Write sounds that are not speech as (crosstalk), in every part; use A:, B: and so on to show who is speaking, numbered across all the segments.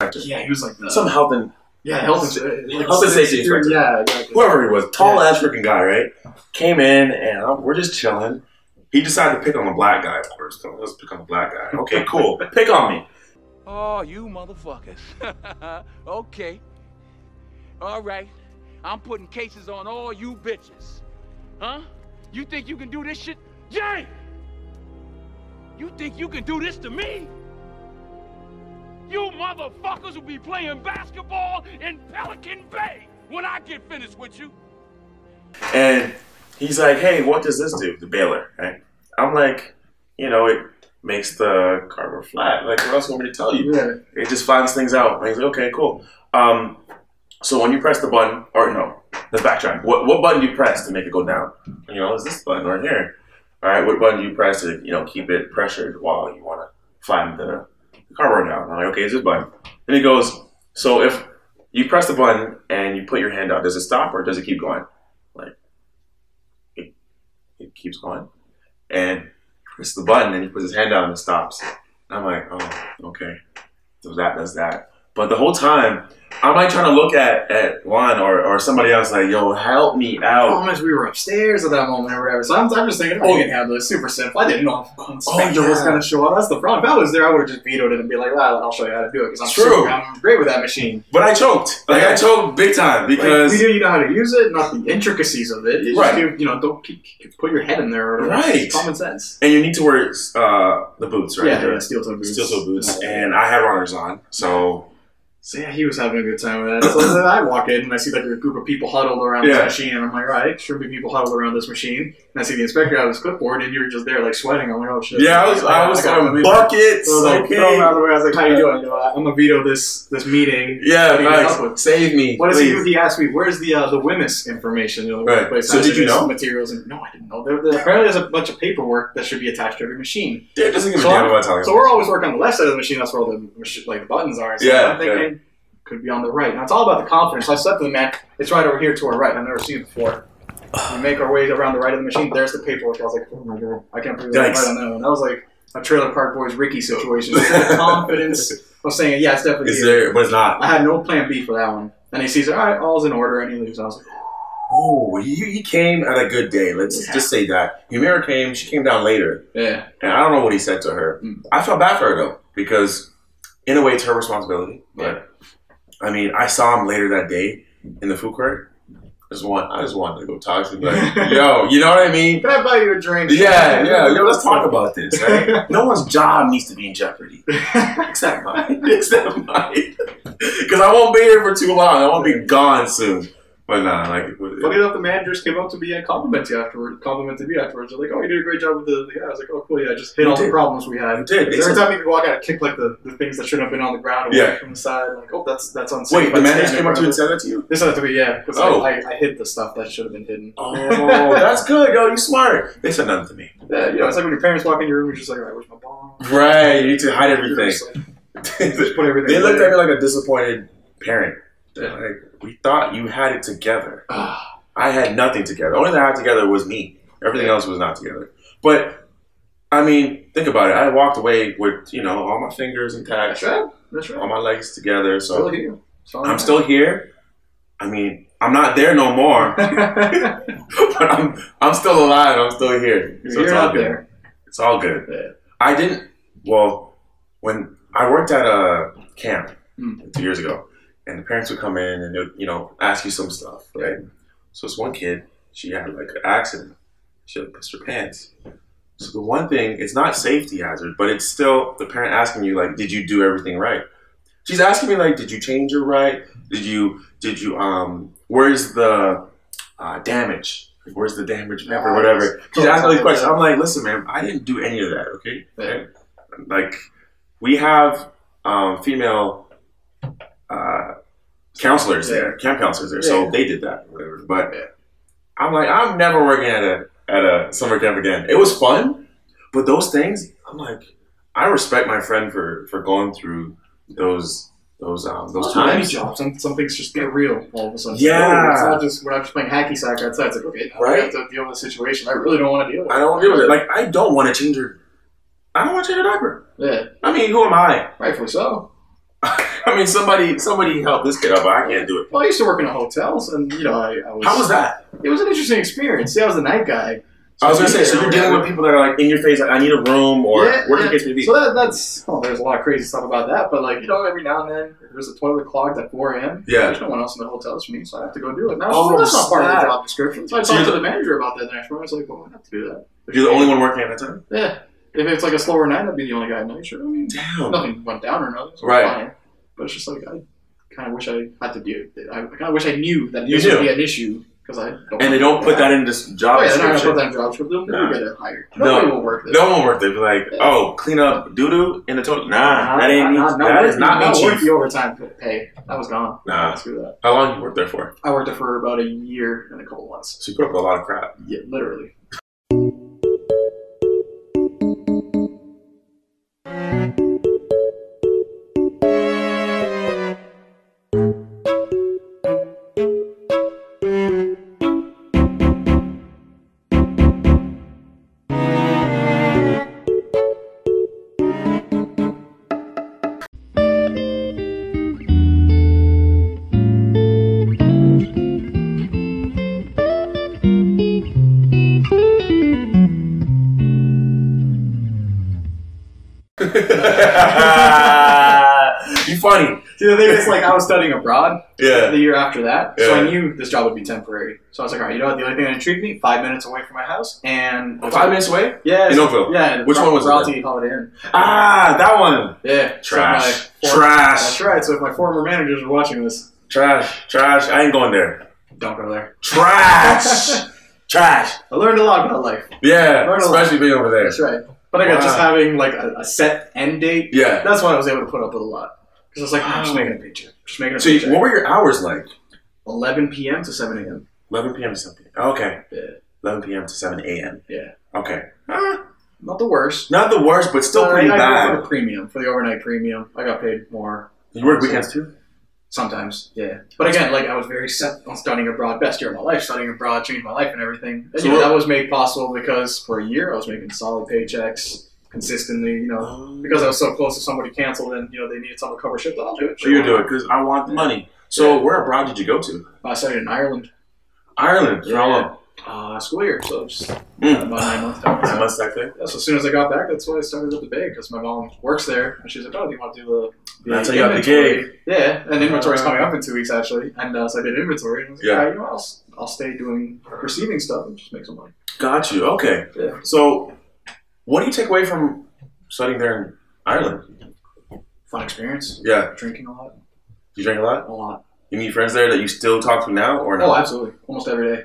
A: inspector.
B: Yeah, he was like the
A: Some health and
B: yeah health,
A: Health and safety inspector.
B: Yeah, exactly.
A: whoever he was, tall ass freaking guy, right? Came in and uh, we're just chilling. He decided to pick on the black guy, of course. So let's pick on the black guy.
B: (laughs)
A: Okay, cool. pick on me.
C: Oh, you motherfuckers. (laughs) okay. All right. I'm putting cases on all you bitches. Huh? You think you can do this shit? Jay! You think you can do this to me? You motherfuckers will be playing basketball in Pelican Bay when I get finished with you.
A: And he's like, hey, what does this do? The baler, right? I'm like, you know, it makes the carver flat. Like, what else want me to tell you?
B: Yeah.
A: It just finds things out. And he's like, okay, cool. Um, so when you press the button, or no, let's backtrack. What, what button do you press to make it go down? You know, it's this button right here. All right, what button do you press to, you know, keep it pressured while you want to flatten the, the carver down? I'm like, okay, it's this button. And he goes, so if you press the button and you put your hand out, does it stop or does it keep going? Like, it, it keeps going. And he presses the button and he puts his hand out and it stops. And I'm like, oh, okay. So that does that. But the whole time, I'm like trying to look at, at Juan or, or somebody else, like, yo, help me
B: The
A: out.
B: problem is we were upstairs at that moment or whatever. So I'm, I'm just thinking, oh, we can handle this. Super simple. I didn't know if Inspector was
A: Oh, yeah.
B: going to show up. That's the problem. If I was there, I would have just vetoed it and be like, well, I'll show you how to do it because I'm,
A: True.
B: super- I'm great with that machine.
A: But I choked. Like, I choked big time
B: Like,
A: because.
B: we do you know how to use it, not the intricacies of it. You just
A: Right.
B: do, you know, don't keep, keep- put your head in there. Or whatever.
A: Right.
B: It's common sense.
A: and you need to wear uh, the boots, right?
B: Yeah,
A: The
B: yeah, steel toe boots.
A: steel toe boots. And I had runners on, so.
B: So yeah, he was having a good time with that. So then I walk in and I see like a group of people huddled around
A: Yeah.
B: this machine, and I'm like, all right, sure be people huddled around this machine. And I see the inspector out of his clipboard, and you're just there like sweating. I'm like, oh shit.
A: Yeah, I was, I was
B: gotta
A: on
B: leave.
A: buckets.
B: (laughs) So like, throw him out of
A: Okay.
B: the way. I was like, how
A: (laughs)
B: you doing? Yo, I'm gonna veto this this meeting.
A: Yeah,
B: What do you
A: nice.
B: help with?
A: Save me.
B: What is
A: please.
B: he? do? He asked me, "Where's the uh, the WMIS information?" You know, the
A: Right.
B: workplace
A: So did you
B: hazardous
A: know?
B: materials? And no, I didn't know. There, there- apparently, there's a bunch of paperwork that should be attached to every machine.
A: Dude doesn't give a
B: So
A: damn
B: I'm-
A: about telling
B: So we're always working on the left side of the machine. That's where all the machi- like the buttons are. So
A: Yeah,
B: I'm thinking could be on the right. Now it's all about the confidence. I said to the man, "It's right over here to our right." I've never seen it before. We make our way around the right of the machine. There's the paperwork. I was like, "Oh my god, I can't believe I'm
A: Yikes.
B: right on that one." That was like a Trailer Park Boys
A: (laughs)
B: Ricky situation. the confidence of saying, "Yeah, it's definitely
A: Is
B: here."
A: there, but it's not.
B: I had no plan B for that one. And he sees, all right, all's in order, and he leaves. I was like,
A: Oh, he, he came at a good day. Let's
B: Yeah.
A: just say that. Humira came, she came down later,
B: yeah,
A: and I don't know what he said to her.
B: Mm.
A: I felt bad for her, though, because in a way, it's her responsibility. But I mean, I saw him later that day in the food court. I just, want, I just wanted to go talk to him.
B: (laughs)
A: Like, yo, you know what I mean?
B: can I buy you a drink?
A: Yeah, yeah, yo, let's
B: (laughs)
A: talk about this. Right? no one's job needs to be in jeopardy. (laughs) Except mine. Except mine. Because I won't be here for too long. I won't be gone soon. But nah, like, it was-
B: Funny enough, the managers came up to me and complimented you afterward. Complimented me afterwards. They're like, "Oh, you did a great job with the." the guy. I was like, "Oh, cool. Yeah, I just hit
A: You
B: all the
A: did.
B: problems we
A: You
B: had."
A: did.
B: Every time you walk out, I kick like the, the things that shouldn't have been on the ground away
A: Yeah.
B: from the side. Like, oh, that's that's unsafe.
A: Wait, the
B: I'd
A: manager
B: stand
A: came
B: in
A: up to you and
B: front
A: said that
B: of
A: to you?
B: (laughs) it. They said it to me, yeah, because
A: Oh.
B: I, I, I hid the stuff that should have been hidden.
A: Oh, that's good, yo. You smart. They said nothing to me.
B: Yeah, you know, it's like when your parents walk in your room, you're just like, all right, where's my bomb?
A: Right, you need to hide
B: You're
A: everything.
B: just
A: (laughs)
B: like,
A: they
B: Just put everything.
A: looked
B: away.
A: at me like a disappointed parent. They're like, we thought you had it together.
B: Ah,
A: I had nothing together. The only thing I had together was me. Everything else was not together. But I mean, think about it. I walked away with you know all my fingers intact,
B: that's right. That's right.
A: all my legs together.
B: Still (laughs)
A: So
B: here. Still
A: I'm still here. I mean, I'm not there no more, (laughs)
B: here.
A: but I'm I'm still alive. I'm still here. So
B: You're
A: it's all
B: not
A: good.
B: there.
A: It's all good.
B: Yeah.
A: I didn't. Well, when I worked at a camp
B: Mm.
A: two years ago, and the parents would come in and they would, you know ask you some stuff, right? So this one kid, she had like an accident. She had pissed her pants. So the one thing, it's not safety hazard, but it's still the parent asking you like, did you do everything right? She's asking me like, did you change your right? Did you did you um? Where's the uh, damage? Like, where's the damage map or whatever? She's asking all these questions. I'm like, listen, man, I didn't do any of that. Okay,
B: Yeah.
A: like we have um, female uh, counselors there, camp counselors there, so
B: Yeah.
A: they did that. Whatever. But
B: Yeah.
A: I'm like, I'm never working at a at a summer camp again. It was fun, but those things, I'm like, I respect my friend for for going through those those um those times.
B: jobs. Some, some things just get real all of a sudden.
A: Yeah.
B: Oh, it's not just when I'm just playing hacky sack outside. It's like, okay, now
A: Right.
B: I have to deal with the situation. I really don't want to deal with
A: I don't agree with it. Like, I don't want to change her. I don't want to change her diaper.
B: it.
A: I mean, who am I?
B: Yeah, rightfully so.
A: I I mean, somebody somebody help this kid up. I can't do it.
B: Well, I used to work in hotels, and you know, I, I was.
A: How was that?
B: It was an interesting experience. See, I was the night guy.
A: I was gonna say, so you're dealing with people that are like in your face, like I need a room or
B: yeah,
A: whatever
B: yeah.
A: the case may be.
B: So that, that's oh, there's a lot of crazy stuff about that, but like you know, every now and then if there's a toilet clogged at 4 a.m.
A: Yeah.
B: There's no one else in the hotels for me, so I have to go do it. Now,
A: Oh,
B: that's not part of
A: snap.
B: the job description. So I
A: So
B: talked to
A: you're-
B: the manager about that the next morning. I was like, well, I have to do that.
A: You're the only one working at that time.
B: Yeah. If it's like a slower night, I'd be the only guy at night. Sure, I mean,
A: Damn.
B: nothing went down or nothing. So
A: Right.
B: it's fine. But it's just like I kind of wish I had to do. It. I kind of wish I knew that
A: You
B: this
A: do.
B: would be an issue because I don't.
A: And they don't put that in this job
B: Oh, yeah, they're not gonna
A: description.
B: put that in job description. They'll never
A: Nah.
B: get it hired.
A: No.
B: Nobody will work this.
A: No one worked it. Be like,
B: Yeah.
A: oh, clean up doo doo in the toilet. Nah, that ain't me.
B: Not, not,
A: that is not me,
B: not worth
A: chief.
B: the overtime pay. That was gone.
A: Nah.
B: Screw that.
A: How long you worked there for?
B: I worked there for about a year and a couple months.
A: So you put up with a lot of
B: (laughs)
A: crap. (laughs)
B: Yeah, literally.
A: you funny.
B: (laughs) See, the thing is, like, I was studying abroad the
A: Yeah.
B: year after that, so
A: Yeah.
B: I knew this job would be temporary. So I was like, all right, you know what? The only thing that intrigued me, five minutes away from my house, and
A: Five minutes away?
B: Yeah,
A: In Oakville?
B: Yeah,
A: Which one was it
B: Royalty Holiday Inn.
A: Ah, that one.
B: Yeah, so
A: Trash.
B: my former-
A: Trash.
B: That's right. So if my former managers are watching this,
A: Trash. Trash. I ain't going there.
B: don't go there.
A: Trash. (laughs) Trash.
B: I learned a lot about life.
A: Yeah.
B: Learn a lot.
A: Especially being over there.
B: That's right. But I got just
A: Wow.
B: having like a, a set end date.
A: Yeah.
B: That's why I was able to put up with a lot. Because I was like, I'm just
A: Wow.
B: making a picture. Just making a
A: So you-
B: picture.
A: what were your hours like?
B: 11 p.m. to 7 a.m.
A: 11 p.m. to 7 p.m. Okay.
B: Yeah.
A: 11 p.m. to 7 a.m.
B: Yeah.
A: Okay. Uh, Ah,
B: Not the worst.
A: not the worst, but still
B: But
A: pretty
B: I, I got
A: bad.
B: For the premium, for the overnight premium, I got paid more
A: You work weekends too?
B: sometimes. Yeah. But again, like I was very set on studying abroad. Best year of my life, studying abroad, changed my life and everything. And,
A: So
B: you know,
A: what-
B: that was made possible because for a year I was making solid paychecks consistently. You know,
A: Oh.
B: because I was so close. If somebody canceled and you know they needed someone to cover shift, I'll do it.
A: So you do it because I want the money. So where abroad did you go to?
B: I studied in Ireland.
A: Ireland. For how long?
B: Uh, school year, so just
A: Mm.
B: about nine months. down.
A: Nine months back there.
B: Yeah, so as soon as I got back, that's why I started at the Bay because my mom works there, and she's like, "Oh, do you want to do the?" the
A: That's how you got the
B: inventory?" Yeah, and inventory's
A: Uh,
B: coming up in two weeks actually, and uh, so I did inventory. And I was like,
A: Yeah.
B: yeah, you know, what, I'll, s- I'll stay doing receiving stuff and just make some money.
A: Got you. Okay.
B: Yeah.
A: So what do you take away from studying there in Ireland?
B: Fun experience.
A: Yeah.
B: Drinking a lot,
A: You drink a lot?
B: a lot.
A: You meet friends there that you still talk to now or
B: Oh,
A: no?
B: absolutely, almost every day.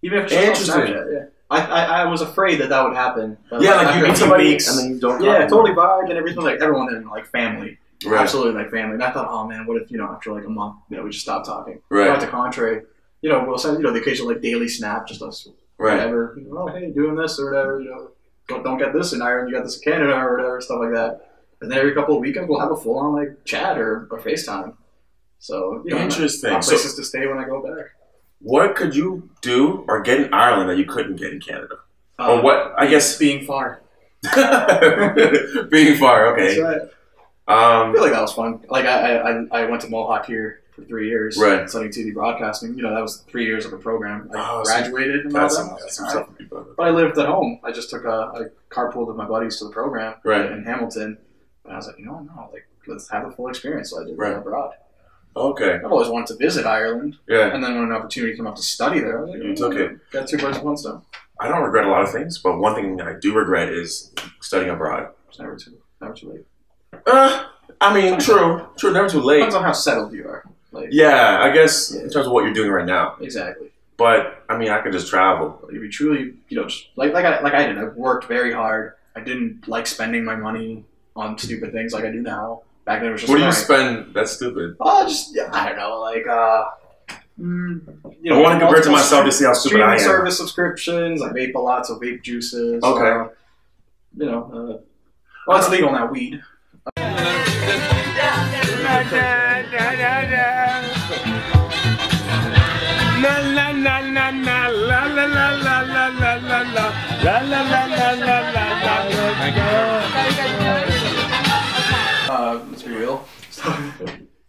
B: Even if it's just on
A: Interesting.
B: Snapchat, yeah. I, I I was afraid that that would happen. but,
A: yeah, like you
B: after
A: meet
B: two
A: somebody
B: weeks-
A: and then you don't talk
B: Yeah,
A: to them.
B: totally vibe and everything. Like everyone in like family,
A: Right.
B: absolutely like family. And I thought, oh man, what if you know after like a month, you know, we just stop talking. Quite
A: Right.
B: the contrary. You know, we'll send you know the occasional like daily snap, just us
A: Right.
B: whatever. You know, oh hey, doing this or whatever. You know, don't, don't get this in Ireland, you got this in Canada or whatever, stuff like that. And then every couple of weekends we'll have a full on like chat or, or FaceTime. So you know,
A: Interesting.
B: not
A: So
B: places to stay when I go back.
A: what could you do or get in Ireland that you couldn't get in Canada? or
B: Uh,
A: Oh, what I
B: (laughs)
A: guess (laughs)
B: being far.
A: being far,
B: That's
A: okay.
B: right. I
A: Um
B: feel like that was fun. Like I, I, I- I went to Mohawk here for three years,
A: Right.
B: studying TV broadcasting. You know, that was three years of a program. I
A: Oh, so
B: graduated and all
A: that's
B: that.
A: some,
B: I was
A: that's
B: like,
A: some
B: "All right."
A: stuff for people.
B: But I lived at home. I just took a, I carpooled with my buddies to the program
A: Right.
B: in Hamilton. And I was like, you know, no, like let's have the full experience. So I did
A: Right.
B: that abroad.
A: Okay.
B: I've always wanted to visit Ireland,
A: Yeah.
B: and then when an opportunity came up to study there, I was like, "Mm,
A: You took it.
B: Got two birds with one stone.
A: I don't regret a lot of things, but one thing I do regret is studying abroad.
B: It's never too, never too late.
A: Uh, I mean, true, true, never too late.
B: Depends on how settled you are. Like,
A: Yeah, I guess in terms of what you're doing right now.
B: exactly.
A: But I mean, I could just travel.
B: If you truly, you know, just, like like I like I did. I worked very hard. I didn't like spending my money on stupid things like I do now. Back then, it was just
A: What do you
B: like,
A: spend? That's stupid.
B: Oh, just yeah, I don't know, like uh, mm, you
A: I want to compare it to
B: multiple
A: myself to see how stupid
B: Streaming
A: I am. (laughs)
B: service subscriptions. I vape a lot, so vape juices.
A: Okay.
B: uh, you know, uh, well, it's legal now. Weed.
C: Na na na na na. Na na na na na la la la la la la la la la la la la la la la la.
A: (laughs)
B: Uh, let's be real. It's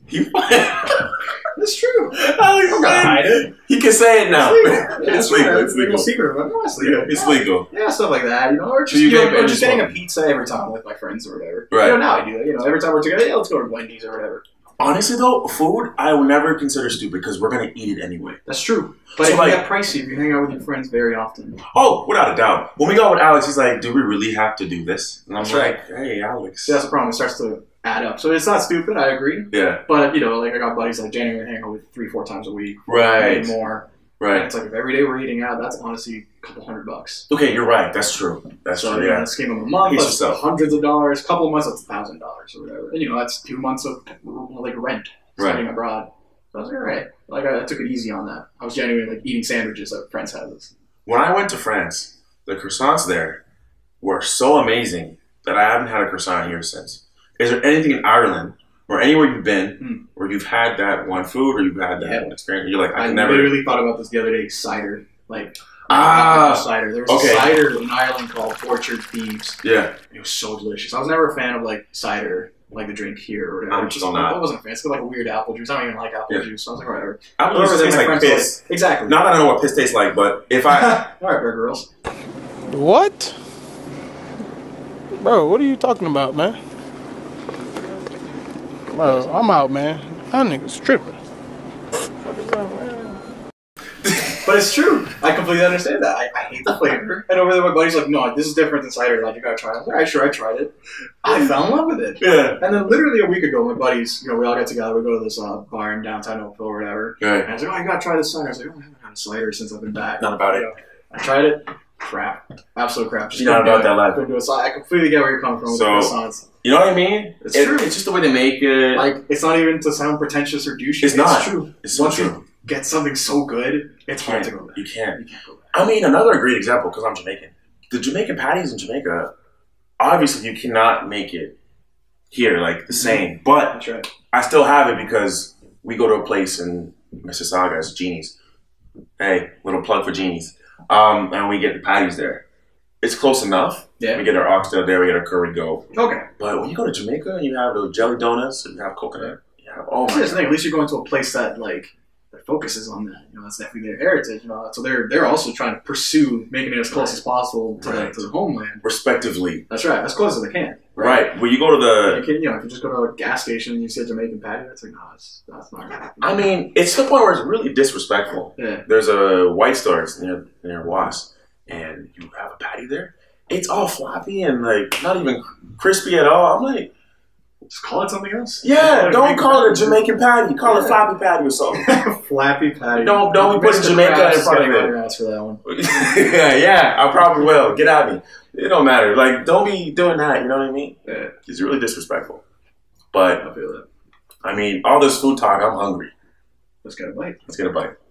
A: He, (laughs) I
B: It's true.
A: like
B: gonna
A: saying-
B: hide it.
A: he can say it now. (laughs) It's
B: It's
A: legal. It's
B: It's
A: legal.
B: secret. But no, it's
A: (laughs) Yeah,
B: legal.
A: It's legal.
B: Yeah, stuff like that, you know, or just,
A: you
B: you know,
A: make
B: or just
A: Benji's
B: getting a
A: one.
B: pizza every time with my friends or whatever.
A: Right.
B: You know, now I do that. You know, every time we're together, yeah, let's go to Wendy's or whatever.
A: Honestly, though, food I will never consider stupid because we're gonna eat it anyway.
B: That's true. But
A: So,
B: it
A: like-
B: can get pricey if you hang out with your friends very often.
A: Oh, without a doubt. When we got with Alex, he's like, "Do we really have to do this?" And I'm
B: That's
A: like, "Hey, Alex."
B: So that's the problem. It starts to add up. So it's not stupid. I agree.
A: Yeah.
B: But you know, like I got buddies like January hang out with three, four times a week,
A: Right.
B: maybe more. And
A: Right.
B: it's like if every day we're eating out, that's honestly a couple hundred bucks.
A: Okay, you're right. That's true. That's
B: So
A: true.
B: you know, in
A: Yeah.
B: the scheme of a month,
A: Pace
B: that's
A: yourself.
B: hundreds of dollars. A couple of months, that's thousand dollars or whatever. And, you know, that's two months of like rent
A: Right.
B: studying abroad. So I was like, all right, like I, I took it easy on that. I was genuinely like eating sandwiches at friends' houses.
A: When I went to France, the croissants there were so amazing that I haven't had a croissant here since. Is there anything in Ireland or anywhere you've been
B: Hmm.
A: where you've had that one food or you've had that
B: Yeah.
A: one experience? You're like, I
B: I,
A: can never.
B: literally thought about this the other day. Cider, like
A: Ah,
B: (laughs) cider. There was
A: okay.
B: a cider in Ireland called Orchard Thieves.
A: Yeah,
B: It was so delicious. I was never a fan of like cider, like the drink here or whatever.
A: I'm
B: It's
A: still not.
B: I wasn't a fan. It's like a weird apple juice. I don't even like apple
A: Yeah.
B: juice. So I was like, whatever.
A: apple juice
B: Whatever, then
A: tastes
B: my
A: like
B: friends were
A: piss.
B: exactly.
A: Now that I know what piss tastes like, but if I
B: (laughs)
A: (laughs)
B: all right, Bear Girls.
D: What? Bro, what are you talking about, man? Bro, I'm out, man. That nigga's tripping.
B: But it's true. I completely understand that. I, I hate the flavor. And over there, my buddy's like, no, this is different than cider. Like, you gotta try it. I was like, all right, sure, I tried it. I fell in love with it.
A: yeah,
B: And then literally a week ago, my buddies, you know, we all got together. We go to this uh, bar in downtown Oakville or whatever. And
A: right,
B: I was like, oh, you gotta try this cider. I was like, oh, I haven't had a cider since I've been back.
A: not about
B: You
A: it.
B: know, I tried it. Crap. Absolute crap.
A: You're not
B: couldn't
A: about
B: do it.
A: that life.
B: Couldn't do it. So I completely get where you're coming from with
A: So-
B: the croissants.
A: You know what I mean?
B: It's
A: It-
B: true.
A: It's just the way they make it.
B: Like, it's not even to sound pretentious or douchey.
A: It's not.
B: true.
A: it's so
B: once you
A: true.
B: Get something so good, it's
A: You
B: hard to go
A: can't.
B: back.
A: You can't.
B: You can't go back.
A: I mean, another great example because I'm Jamaican. The Jamaican patties in Jamaica, obviously, you cannot make it here like the same. But
B: That's right.
A: I still have it because we go to a place in Mississauga, it's Genie's. Hey, little plug for Genie's. Um, and we get the patties there. It's close enough.
B: Yeah.
A: We get our oxtail there. We get our curry go.
B: Okay.
A: But when you go to Jamaica, you have those jelly donuts. and You have coconut. You have oh
B: Well,
A: my.
B: That's the thing. At least you're going to a place that like that focuses on that. You know, that's definitely their heritage and all that. So they're they're also trying to pursue making it as close as possible to,
A: Right.
B: the, to the homeland.
A: Respectively,
B: That's right. As close as they can.
A: right. When you go to the
B: You can, you know, if you just go to a gas station and you see a Jamaican patty, that's like, nah, that's, that's not. Right.
A: I mean, it's to the point where it's really disrespectful.
B: Yeah.
A: There's a White Star it's near near Was, and you have a patty there. It's all floppy and like not even crispy at all. I'm like,
B: just call it something else.
A: yeah, don't call it a Jamaican patty. Call it
B: Yeah.
A: floppy patty or something.
B: Jamaican Flappy patty.
A: Don't- don't be putting
B: Mr.
A: Jamaica
B: Krabs
A: in front
B: is
A: of
B: gonna
A: it.
B: go on your ass for that one.
A: yeah, yeah, I probably will. Get at me. It don't matter. Like, don't be doing that. You know what I mean?
B: Yeah,
A: It's really disrespectful. But
B: I feel that.
A: I mean, all this food talk. I'm hungry.
B: Let's get a bite.
A: Let's get a bite.